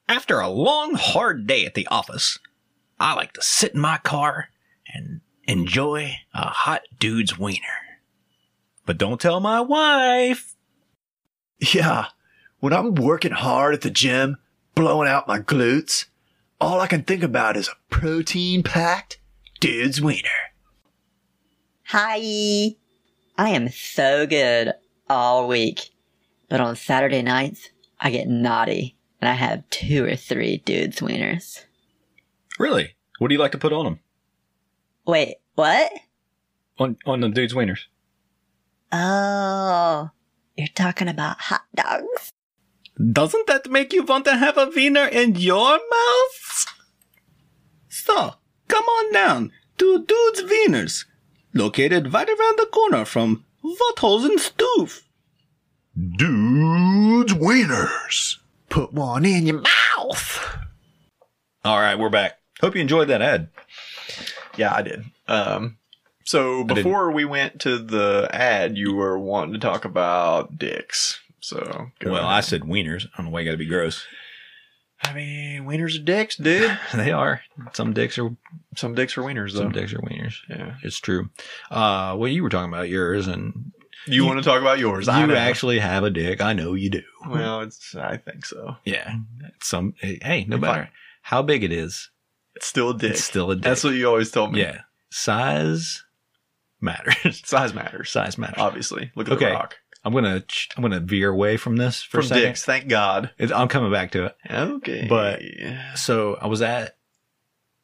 E: After a long, hard day at the office, I like to sit in my car and enjoy a hot dude's wiener. But don't tell my wife.
C: Yeah, when I'm working hard at the gym, blowing out my glutes, all I can think about is a protein packed dude's wiener.
D: Hi! I am so good all week. But on Saturday nights, I get naughty and I have two or three dudes' wieners.
B: Really? What do you like to put on them?
D: Wait, what?
B: On on the dude's wieners?
D: Oh, you're talking about hot dogs?
E: Doesn't that make you want to have a wiener in your mouth? So, come on down to Dude's Wieners, located right around the corner from Wuthosen Stoof.
F: Dude's Wieners.
C: Put one in your
B: All right, we're back. Hope you enjoyed that ad.
C: Yeah, I did. Um, so
B: didn't.
C: before we went to the ad, you were wanting to talk about dicks. So go
B: well, I
C: ahead.
B: said wieners. I don't know why you got to be gross.
C: I mean, wieners are dicks, dude.
B: They are. Some dicks are
C: Some dicks are wieners, though.
B: some dicks are wieners.
C: Yeah.
B: It's true. Uh, well, you were talking about yours, and
C: You, want to talk about yours? I
B: you
C: know.
B: actually have a dick. I know you do.
C: Well, it's. I think so.
B: Yeah. Some. Hey, no
C: If
B: matter
C: I-
B: how big it is,
C: It's still a dick.
B: it's still a dick.
C: That's what you always tell me.
B: yeah. Size matters.
C: Size matters.
B: Size matters.
C: Obviously, look at
B: Okay.
C: the rock
B: I'm gonna I'm gonna veer away from this for a
C: from
B: second.
C: dicks. Thank God.
B: It- I'm coming back to it.
C: Okay,
B: But- So I was at.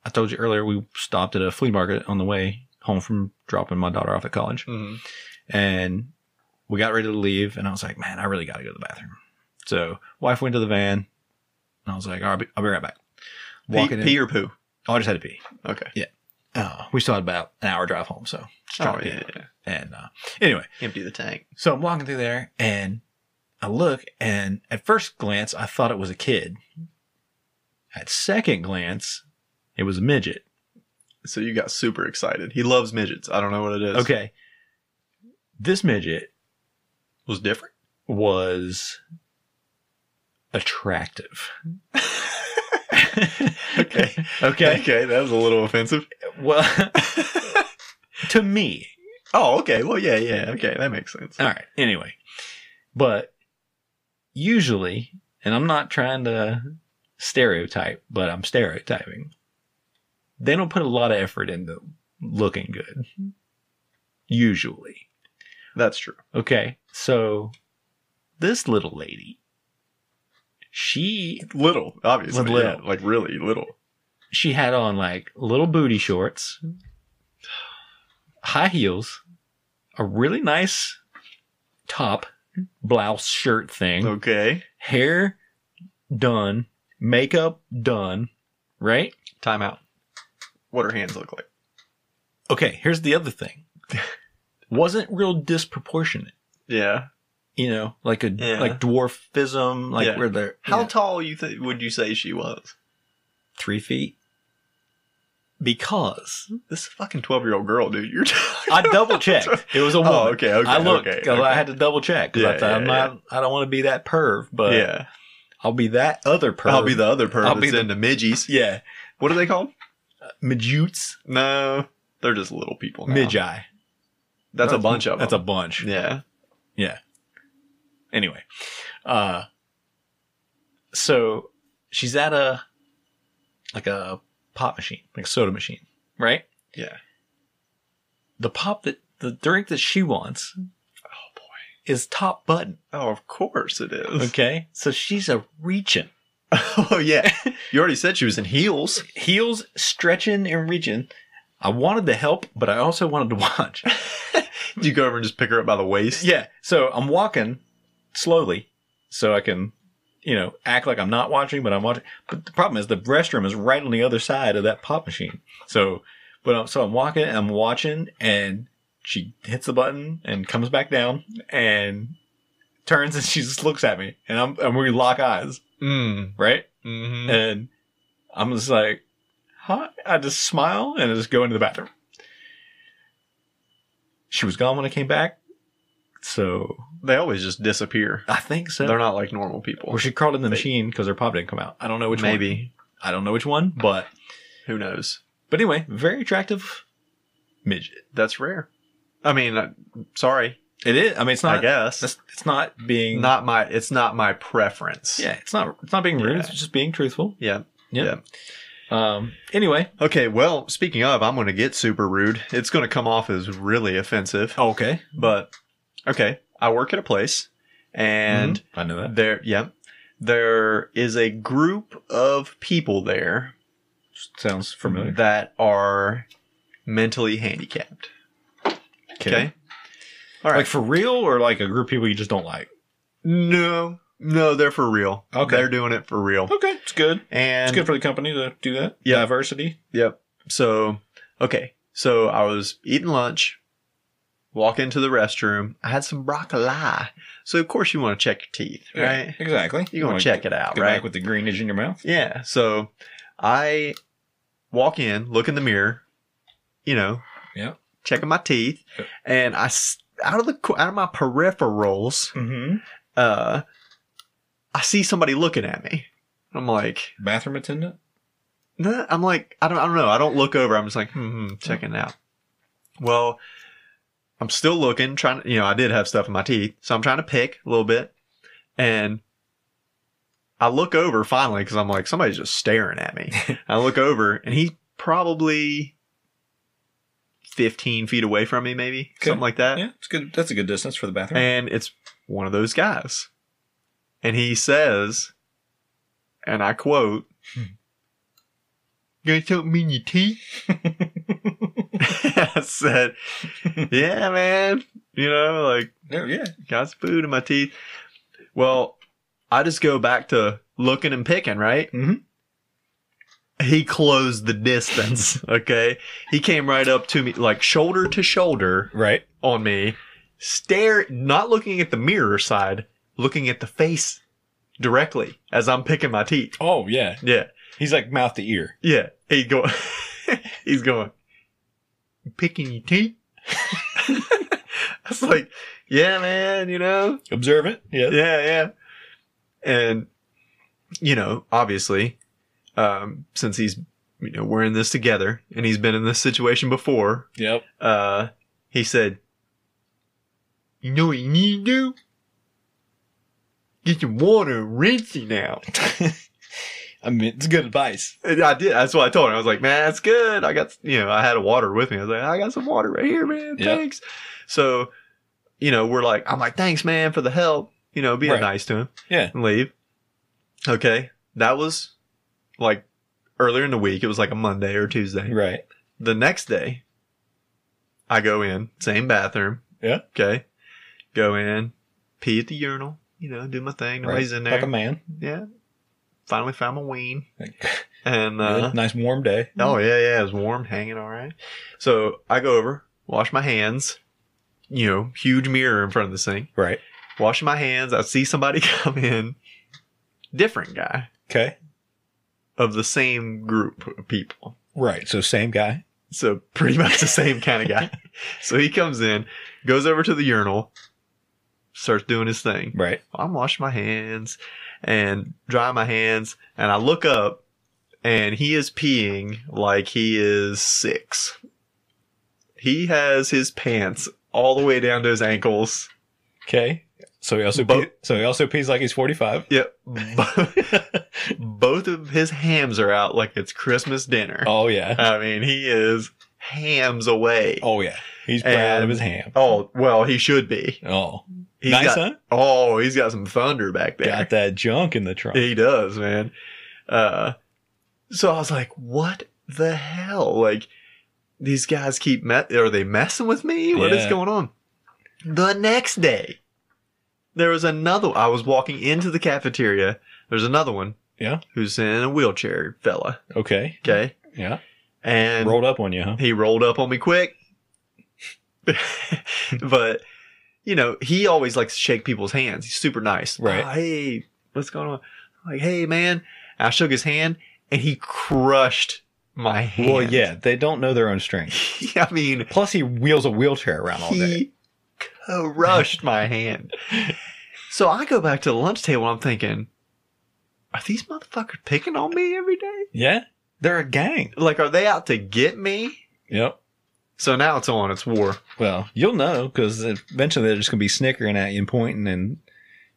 B: I told you earlier we stopped at a flea market on the way home from dropping my daughter off at college.
C: Mhm.
B: and we got ready to leave and i was like man i really got to go to the bathroom so wife went to the van And I was like, all right, I'll be right back.
C: Pee,
B: Walking in.
C: pee or poo?
B: Oh, I just had to pee.
C: Okay.
B: Uh, we still had about an hour drive home, so just
C: Oh,
B: dropped
C: yeah.
B: in. And uh, anyway,
C: Empty the tank.
B: so I'm walking through there and I look, and at first glance, I thought it was a kid. At second glance, it was a midget.
C: So you got super excited. He loves midgets. I don't know what it is.
B: Okay. This midget
C: Was different.
B: was attractive.
C: Okay.
B: Okay.
C: Okay. That was a little offensive.
B: Well, to me.
C: Oh, okay. Well, yeah, yeah. Okay. That makes sense.
B: All right. Anyway, but usually, and I'm not trying to stereotype, but I'm stereotyping. They don't put a lot of effort into looking good. Usually.
C: That's true.
B: Okay. So this little lady, she
C: Little, obviously.
B: Little.
C: yeah, like really little.
B: she had on like little booty shorts, high heels, a really nice top, blouse shirt thing,
C: Okay.
B: hair done, makeup done, right?
C: Time out. What her hands look like.
B: Okay, here's the other thing. Wasn't real disproportionate,
C: Yeah.
B: you know, like a
C: Yeah.
B: like dwarfism, like
C: Yeah.
B: where they're
C: How
B: yeah,
C: tall you th- would you say she was?
B: three feet. Because
C: This is a fucking twelve year old girl, dude. You're talking
B: I double checked, it was a woman.
C: Oh, okay, okay.
B: I looked.
C: okay,
B: 'cause I
C: okay.
B: had to double check because
C: Yeah,
B: I thought I'm
C: yeah,
B: not. I don't want to be that perv, but
C: yeah.
B: I'll be that other perv.
C: I'll be the other perv
B: I'll
C: that's
B: be the-
C: into midgies.
B: yeah
C: What are they called?
B: midutes
C: No, they're just little people. Now.
B: midgi. That's,
C: That's, a bunch of
B: That's a
C: them.
B: bunch.
C: yeah.
B: Anyway, uh, so she's at a like a pop machine, like a soda machine, right?
C: Yeah.
B: The pop that the drink that she wants. Oh boy, is top button.
C: Oh, of course it is.
B: Okay, so she's a reaching.
C: oh yeah. You already said she was in heels.
B: heels stretching and reaching. I wanted to help, but I also wanted to watch.
C: You go over and just pick her up by the waist.
B: yeah, so I'm walking slowly so I can, you know, act like I'm not watching, but I'm watching. But the problem is the restroom is right on the other side of that pop machine. So, but I'm, so I'm walking and I'm watching, and she hits the button and comes back down and turns and she just looks at me, and I'm and we lock eyes,
C: Mm.
B: right?
C: Mm-hmm.
B: And I'm just like, huh? I just smile and I just go into the bathroom. She was gone when I came back. So
C: They always just disappear.
B: I think so.
C: They're not like normal people.
B: Or she crawled in the machine because her pop didn't come out. I don't know which one.
C: Maybe.
B: I don't know which one, but
C: Who knows?
B: but anyway, very attractive midget.
C: That's rare. I mean, uh, sorry.
B: It is. I mean, it's not.
C: I guess
B: It's, it's not being.
C: not my. It's not my preference.
B: Yeah, it's not. It's not being rude.
C: Yeah.
B: It's just being truthful.
C: Yeah.
B: Yeah. Um. Anyway.
C: Okay. Well, speaking of, I'm going to get super rude. It's going to come off as really offensive.
B: Oh, Okay.
C: But okay, I work at a place, and
B: I know that.
C: there, yeah, there is a group of people there
B: Sounds familiar.
C: that are mentally handicapped. Okay. All right.
B: Like for real, or like a group of people you just don't like.
C: no, no, they're for real.
B: Okay.
C: They're doing it for real.
B: Okay, it's good.
C: And
B: It's good for the company to do that.
C: Yeah.
B: Diversity.
C: Yep. So, okay. So I was eating lunch, walk into the restroom. I had some broccoli. So, of course, you want to check your teeth, right?
B: Exactly.
C: You're going to check it out,
B: Go
C: right?
B: back with the greenage in your mouth.
C: yeah. So I walk in, look in the mirror, you know,
B: Yeah.
C: checking my teeth,
B: Yep.
C: and I, s- out of the, co- out of my peripherals,
B: Mm-hmm.
C: uh, I see somebody looking at me. I'm like,
B: Bathroom attendant.
C: No, I'm like, I don't, I don't know. I don't look over. I'm just like, hmm, hmm, checking out. Well, I'm still looking, trying to, you know, I did have stuff in my teeth. So I'm trying to pick a little bit. And I look over finally because I'm like, somebody's just staring at me. I look over and he's probably 15 feet away from me, maybe
B: Okay.
C: something like that.
B: Yeah, it's good. That's a good distance for the bathroom.
C: And it's one of those guys. And he says, and I quote, You got something in your teeth? I said, Yeah, man. You know, like,
B: No, yeah.
C: got some food in my teeth. Well, I just go back to, looking and picking, right?
B: Mhm.
C: He closed the distance, okay? He came right up to me, like shoulder to shoulder
B: Right.
C: on me, stare, not looking at the mirror side, looking at the face directly as I'm picking my teeth.
B: Oh yeah.
C: Yeah.
B: He's like mouth to ear.
C: Yeah, he go. he's going. Picking your teeth. I was like, yeah, man, you know,
B: Observant. Yeah.
C: yeah, yeah, and you know, obviously, um, since he's you know we're in this together and he's been in this situation before,
B: Yep.
C: uh, he said, you know what you need to do. Get your water rinsing out.
B: I mean, it's good advice.
C: And I did. That's what I told her. I was like, man, that's good. I got, you know, I had a water with me. I was like, I got some water right here, man.
B: Yeah.
C: Thanks. So, you know, we're like, I'm like, thanks, man, for the help. You know, being
B: Right.
C: nice to him
B: Yeah.
C: and leave. Okay. That was like earlier in the week. It was like a Monday or Tuesday.
B: Right.
C: The next day, I go in, same bathroom.
B: Yeah.
C: Okay. Go in, pee at the urinal, you know, do my thing. Nobody's in there.
B: Like a man.
C: yeah. Finally found my ween.
B: Like-
C: And, uh,
B: Really Nice warm day.
C: Oh yeah, yeah, it was warm, hanging all right. So I go over, wash my hands. You know, huge mirror in front of the sink.
B: Right.
C: Washing my hands, I see somebody come in, different guy
B: Okay.
C: of the same group of people.
B: Right. So same guy.
C: So pretty much the same kind of guy. so he comes in, goes over to the urinal, starts doing his thing.
B: Right.
C: I'm washing my hands and dry my hands, and I look up, and he is peeing like he is six. He has his pants all the way down to his ankles.
B: Okay. So he also
C: Bo-
B: pee- so he also pees like he's forty five.
C: Yep. Both of his hams are out like it's Christmas dinner.
B: Oh yeah.
C: I mean, he is hams away.
B: Oh yeah. He's proud of
C: And-
B: his ham.
C: Oh, well, he should be.
B: Oh.
C: He's
B: nice,
C: got-
B: huh?
C: Oh, he's got some thunder back there.
B: Got that junk in the trunk.
C: He does, man. Uh, so I was like, what the hell? Like, these guys keep me- are they messing with me? What is
B: Yeah.
C: going on? The next day, there was another. I was walking into the cafeteria. There's another one.
B: Yeah.
C: Who's in a wheelchair, fella.
B: Okay.
C: Okay.
B: Yeah.
C: And
B: Rolled up on you, huh?
C: he rolled up on me quick. but you know, he always likes to shake people's hands. He's super nice.
B: Right.
C: "Oh, hey, what's going on? I'm like, hey man. I shook his hand and he crushed my hand.
B: Well, yeah, they don't know their own strength.
C: I mean
B: Plus, he wheels a wheelchair around all day.
C: he crushed my hand. So I go back to the lunch table and I'm thinking, are these motherfuckers picking on me every day?
B: Yeah, they're a gang.
C: Like are they out to get me?
B: Yep.
C: So now it's on, it's war.
B: Well, you'll know because eventually they're just gonna be snickering at you and pointing and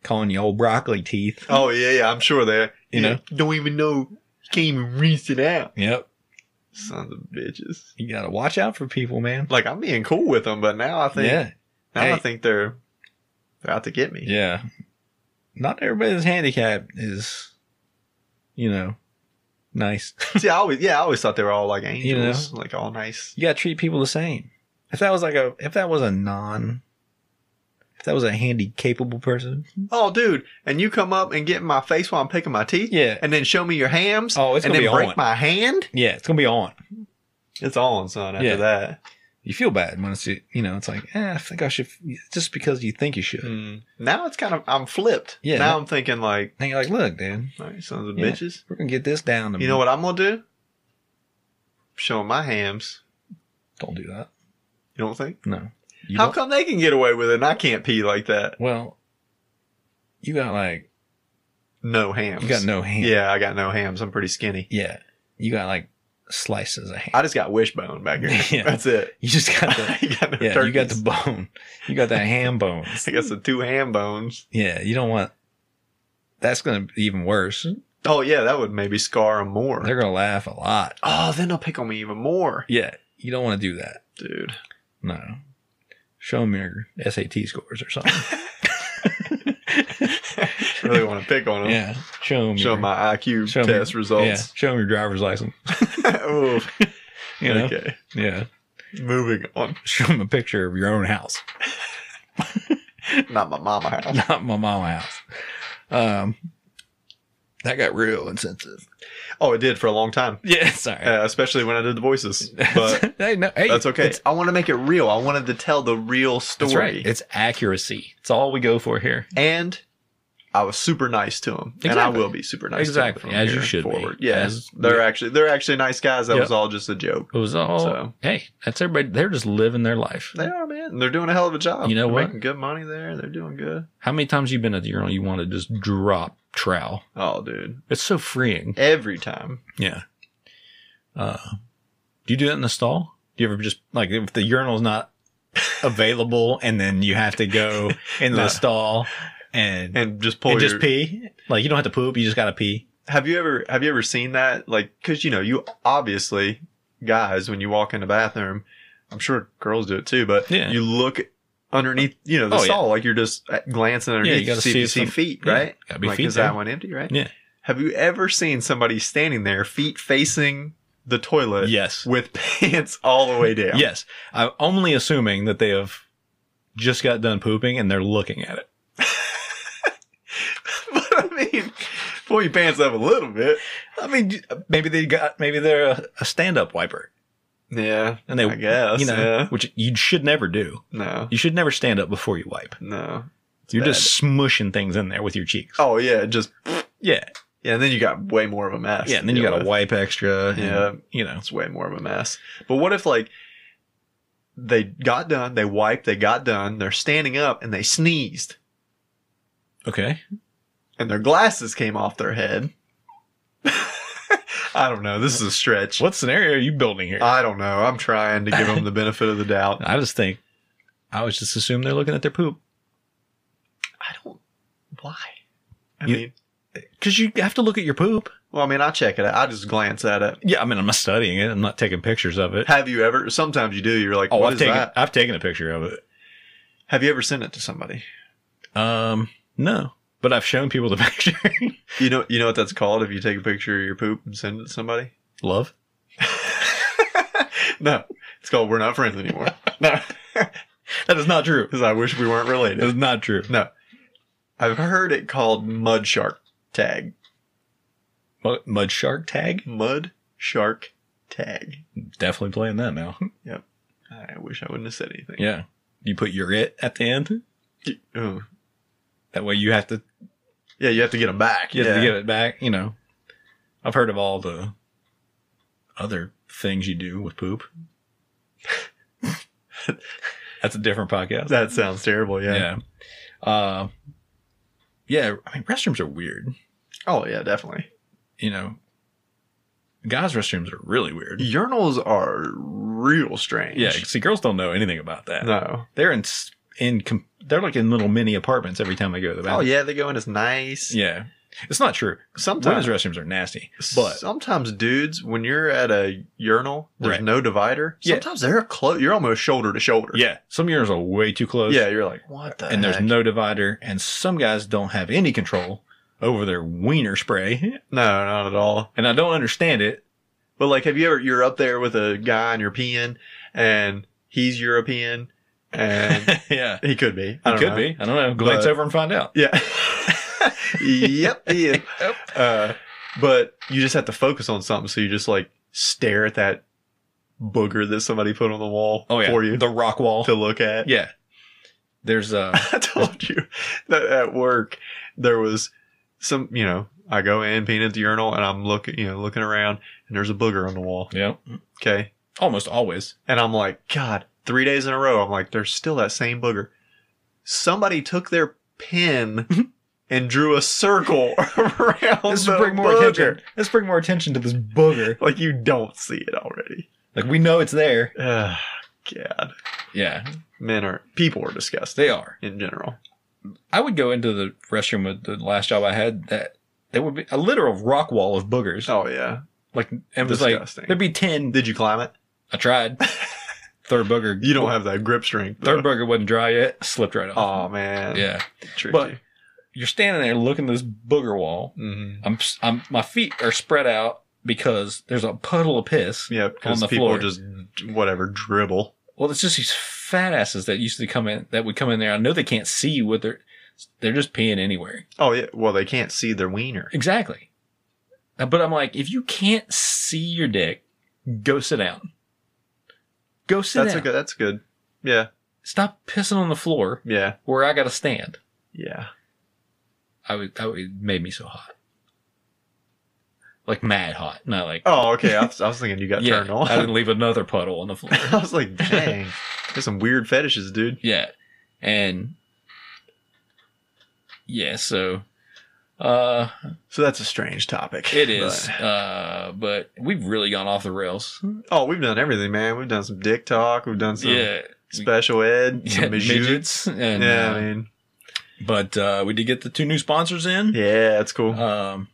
B: calling you old broccoli teeth.
C: Oh yeah, yeah, I'm sure they.
B: You
C: You
B: know?
C: know, don't even know. Can't even rinse it out.
B: Yep.
C: Sons of bitches.
B: You gotta watch out for people, man.
C: Like I'm being cool with them, but now I think
B: yeah.
C: now I
B: Hey.
C: think they're they're out to get me.
B: Yeah. Not everybody that's handicapped is, you know, nice.
C: See, I always yeah, I always thought they were all like
B: You know?
C: angels, like all nice.
B: You gotta treat people the same. If that was like a, if that was a non, if that was a handy capable person,
C: Oh, dude, and you come up and get in my face while I'm picking my teeth,
B: Yeah.
C: and then show me your hams.
B: Oh, it's
C: and
B: gonna
C: then
B: be
C: break
B: on.
C: my hand.
B: yeah, it's gonna be on.
C: It's on, son. After
B: Yeah.
C: that,
B: you feel bad when it's you know it's like eh, I think I should just because you think you should.
C: now it's kind of I'm flipped.
B: Hmm. Yeah.
C: Now I'm thinking like,
B: And you're like, look, dude,
C: all right, sons of
B: Yeah.
C: bitches.
B: we're gonna get this down. To
C: You know what I'm gonna do? Show 'em my hams.
B: Don't do that.
C: You don't think?
B: No. You
C: How
B: don't-
C: come they can get away with it and I can't pee like that?
B: well, you got like
C: No hams.
B: you got no hand.
C: Yeah, I got no hams. I'm pretty skinny.
B: Yeah. You got like slices of hand.
C: I just got wishbone back here.
B: Yeah.
C: That's it.
B: You just got the
C: I got no
B: yeah. You got the
C: turkeys.
B: bone. You got the ham bones.
C: I got the two ham bones.
B: Yeah. You don't want. That's gonna be even worse.
C: Oh yeah, that would maybe scar them more.
B: They're gonna laugh a lot.
C: oh, then they'll pick on me even more,
B: Yeah. You don't want to do that.
C: dude.
B: No. Show them your SAT scores or something.
C: really want to pick on them.
B: Yeah, show them.
C: Show my IQ
B: show 'em
C: test
B: Yeah,
C: results.
B: show 'em your driver's license.
C: oh,
B: You know.
C: okay.
B: Yeah,
C: Moving on.
B: show them a picture of your own house,
C: Not my mama house.
B: not my mama house. Um,
E: That got real insensitive.
C: Oh, it did for a long time,
B: Yeah, sorry.
C: uh, especially when I did the voices. But
B: hey, no, hey,
C: that's okay.
B: It's,
C: I want to make it real. I wanted to tell the real story.
B: that's right. It's accuracy. It's all we go for here.
C: and I was super nice to him, and I
B: Exactly.
C: will be super nice.
B: Exactly,
C: to him from
B: as you
C: here
B: should be.
C: forward. Yeah,
B: As-
C: they're
B: yeah.
C: actually they're actually nice guys. That
B: Yep.
C: was all just a joke.
B: It was all
C: So-
B: hey. That's everybody. They're just living their life.
C: They are man. They're doing a hell of a job.
B: You know
C: They're
B: what?
C: Making good money there. They're doing good.
B: How many times you been at the urinal? You want to just drop trowel.
C: Oh, dude,
B: It's so freeing.
C: every time.
B: Yeah. Uh, do you do that in the stall? Do you ever just like if the urinal's not available and then you have to go into
C: No.
B: the stall and and,
C: And just pull your,
B: just pee? Like you don't have to poop. You just gotta pee.
C: Have you ever have you ever seen that? Like, because you know, you obviously guys when you walk in the bathroom, I'm sure girls do it too, but
B: Yeah.
C: you look underneath, you know, the
B: Oh, yeah.
C: stall like you're just uh, glancing underneath
B: gotta
C: to see, if
B: see
C: you
B: if
C: see
B: some-
C: feet,
B: yeah,
C: right?
B: gotta be
C: like,
B: feet
C: is that
B: there.
C: one empty, right?
B: Yeah.
C: Have you ever seen somebody standing there, feet facing the toilet,
B: Yes.
C: with pants all the way down?
B: Yes. I'm only assuming that they have just got done pooping and they're looking at it.
C: but I mean, pull your pants up a little bit.
B: I mean, maybe they got maybe they're a, a stand-up wiper
C: Yeah,
B: and they
C: I guess.
B: you know
C: yeah.
B: which you should never do.
C: no,
B: You should never stand up before you wipe.
C: no.
B: You're
C: bad.
B: just smushing things in there with your cheeks.
C: Oh yeah, just
B: Yeah.
C: yeah. And then you got way more of a mess.
B: Yeah, and then
C: to
B: you
C: deal
B: got to
C: with.
B: wipe extra. and,
C: Yeah.
B: you know.
C: It's way more of a mess. But what if like they got done, they wiped, they got done, they're standing up and they sneezed
B: Okay.
C: and their glasses came off their head. I don't know. This is a stretch.
B: What scenario are you building here?
C: I don't know. I'm trying to give them the benefit of the doubt.
B: I just think I was just assume they're looking at their poop
C: I don't. Why? I
B: You-
C: mean,
B: because you have to look at your poop.
C: well, I mean, I check it out. I just glance at it.
B: Yeah, I mean, I'm not studying it. I'm not taking pictures of it.
C: Have you ever? Sometimes you do. You're like,
B: Oh,
C: what
B: I've
C: is
B: taken
C: that?
B: I've taken a picture of it.
C: Have you ever sent it to somebody?
B: Um, no, but I've shown people the picture.
C: You know, you know what that's called. If you take a picture of your poop and send it to somebody.
B: Love.
C: no, it's called We're Not Friends Anymore. no,
B: That is not true.
C: because I wish we weren't
B: That
C: related.
B: is not true.
C: No, I've heard it called Mud Shark Tag.
B: Mu- Mud shark tag.
C: Mud Shark Tag.
B: Definitely playing that now.
C: I wish I wouldn't have said anything.
B: Yeah. You put your it at the end.
C: Ooh.
B: That way you have to
C: Yeah, you have to get them back.
B: you
C: yeah.
B: have to get it back. You know, I've heard of all the other things you do with poop. That's a different podcast.
C: that sounds terrible. Yeah.
B: yeah. Uh, yeah. I mean, restrooms are weird.
C: Oh yeah, definitely.
B: You know, guys' restrooms are really weird.
C: Urinals are real strange.
B: Yeah. See, girls don't know anything about that.
C: No.
B: They're in s- in com- they're like in little mini apartments every time they go to the
C: Oh
B: bathroom.
C: yeah, they go in as nice.
B: Yeah. It's not true.
C: Oh, Sometimes
B: Women's restrooms are nasty, but
C: sometimes dudes, when you're at a urinal, there's
B: Right.
C: no divider.
B: Yeah.
C: Sometimes they're close. You're almost shoulder to shoulder.
B: yeah, some urinals are way too close.
C: Yeah, you're like what the
B: and there's
C: heck?
B: no divider, and some guys don't have any control over their wiener spray,
C: no not at all.
B: and I don't understand it.
C: But like, have you ever you're up there with a guy and you're peeing, and he's European, and
B: yeah,
C: he could be. I
B: it
C: don't
B: could
C: know.
B: be. I don't know. Glance
C: But-
B: over and find out.
C: Yeah. yep. He is.
B: Yep.
C: Uh, but you just have to focus on something, so you just like stare at that booger that somebody put on the wall
B: Oh yeah,
C: for you
B: the rock wall.
C: to look at.
B: yeah, there's uh
C: I told you that at work there was some, you know, I go in, peeing at the urinal, and I'm looking, you know, looking around, and there's a booger on the wall.
B: yeah,
C: Okay,
B: almost always.
C: and I'm like, God, three days in a row, I'm like, there's still that same booger. Somebody took their pen and drew a circle around
B: Let's
C: the
B: bring more
C: booger.
B: attention. Let's bring more attention to this booger.
C: Like you don't see it already.
B: Like we know it's there.
C: Ugh, God,
B: Yeah,
C: men are people are disgusting
B: they are.
C: in general.
B: I would go into the restroom with the last job I had that. There would be a literal rock wall of boogers.
C: Oh yeah,
B: Like it was
C: Disgusting.
B: like there'd be ten.
C: did you climb it?
B: I tried. Third booger.
C: You don't have that grip strength. though.
B: Third burger wasn't dry yet. Slipped right off.
C: Oh man,
B: yeah.
C: Tricky.
B: But you're standing there looking at this booger wall.
C: Mhm.
B: I'm, I'm, my feet are spread out because there's a puddle of piss.
C: Yeah, because
B: the
C: people
B: floor.
C: just whatever dribble.
B: Well, it's just these fat asses that used to come in, that would come in there. I know they can't see what they're, they're just peeing anywhere.
C: Oh yeah, well they can't see their wiener.
B: Exactly. Uh, But I'm like, if you can't see your dick, go sit down. Go sit
C: That's
B: down.
C: a good. That's good. Yeah.
B: Stop pissing on the floor
C: Yeah.
B: where I got to stand.
C: Yeah.
B: I would, I would, it made me so hot. Like mad hot, not like
C: Oh, okay. I was, I was thinking you got
B: yeah.
C: turned on.
B: I didn't leave another puddle on the floor.
C: I was like, dang, there's some weird fetishes, dude.
B: yeah, and yeah, so uh,
C: So that's a strange topic.
B: it is.
C: But-
B: Uh, but we've really gone off the rails.
C: oh, we've done everything, man. We've done some dick talk. We've done some
B: yeah,
C: special ed.
B: Yeah,
C: Some midgets.
B: midgets. And,
C: Yeah,
B: uh,
C: I mean,
B: but uh, we did get the two new sponsors in.
C: yeah, that's cool.
B: Um,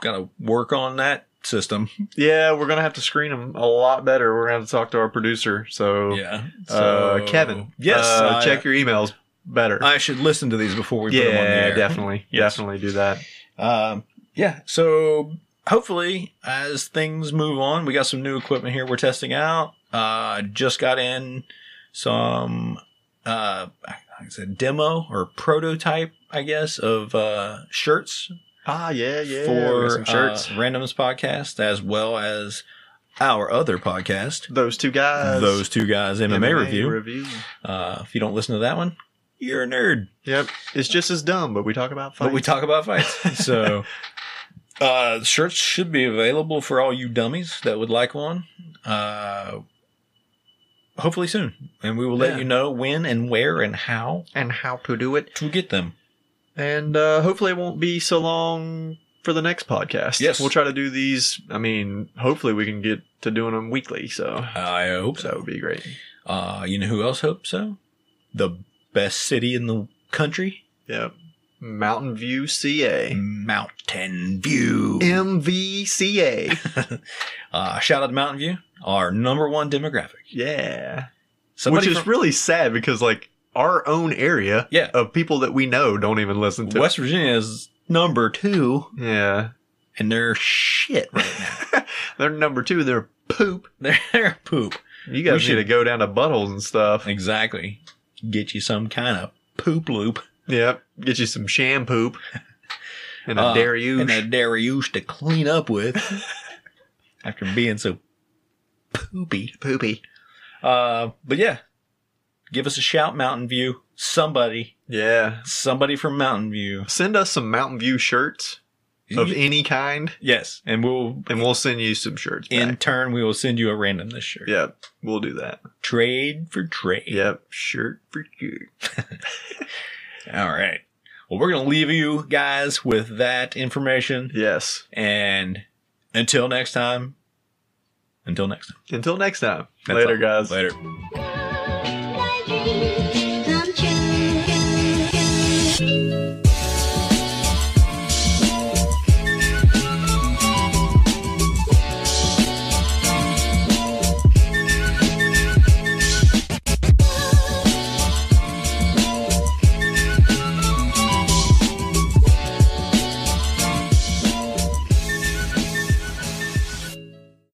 B: gotta work on that system.
C: yeah, we're gonna have to screen them a lot better. We're gonna have to talk to our producer. So,
B: Yeah.
C: uh,
B: So-
C: Kevin,
B: Yes.
C: uh,
B: I-
C: check your emails better.
B: I should listen to these before we put them on the
C: yeah,
B: air.
C: definitely,
B: Yes.
C: definitely do that.
B: Um, yeah. So hopefully, as things move on, we got some new equipment here we're testing out. Uh, just got in some, uh, like I said, demo or prototype, I guess, of uh, shirts
C: Ah, yeah, yeah. we
B: for
C: got some shirts.
B: uh, Randoms podcast as well as our other podcast,
C: Those two guys.
B: those two guys MMA, review.
C: review.
B: Uh, if you don't listen to that one, you're a nerd.
C: Yep, it's just as dumb, but we talk about fights.
B: But we talk about fights. so uh shirts should be available for all you dummies that would like one. Uh hopefully soon. And we will let
C: Yeah.
B: you know when and where and how
C: and how to do it.
B: to get them.
C: and uh, hopefully it won't be so long for the next podcast.
B: Yes.
C: we'll try to do these. I mean, hopefully we can get to doing them weekly. So
B: I hope
C: that would be great.
B: Uh you know who else hopes so? The best city in the country?
C: Yep. Mountain View, CA,
B: Mountain View.
C: MVCA.
B: Uh shout out to Mountain View, our number one demographic.
C: yeah,
B: Somebody
C: which is
B: from
C: really sad because like our own area
B: Yeah.
C: of people that we know don't even listen to.
B: West Virginia is number two
C: Yeah,
B: and they're shit right now.
C: they're number two. They're poop.
B: They're poop.
C: You guys
B: We
C: need
B: should-
C: to go down to buttholes and stuff.
B: Exactly. Get you some kind of poop loop
C: Yep. Get you some sham poop and a
B: Uh,
C: dare you.
B: and a Dariush to clean up with after being so poopy.
C: poopy.
B: Uh, but yeah, give us a shout, Mountain View. Somebody,
C: Yeah.
B: somebody from Mountain View.
C: Send us some Mountain View shirts of any kind,
B: yes, and we'll
C: and we'll send you some shirts. Back.
B: in turn we will send you a random this shirt.
C: yep, we'll do that.
B: Trade for trade.
C: Yep, shirt for shirt.
B: All right. Well, we're gonna leave you guys with that information,
C: Yes.
B: and until next time. Until next time.
C: Until next time.
B: That's
C: Later,
B: all.
C: guys.
B: Later.
F: My dreams come true.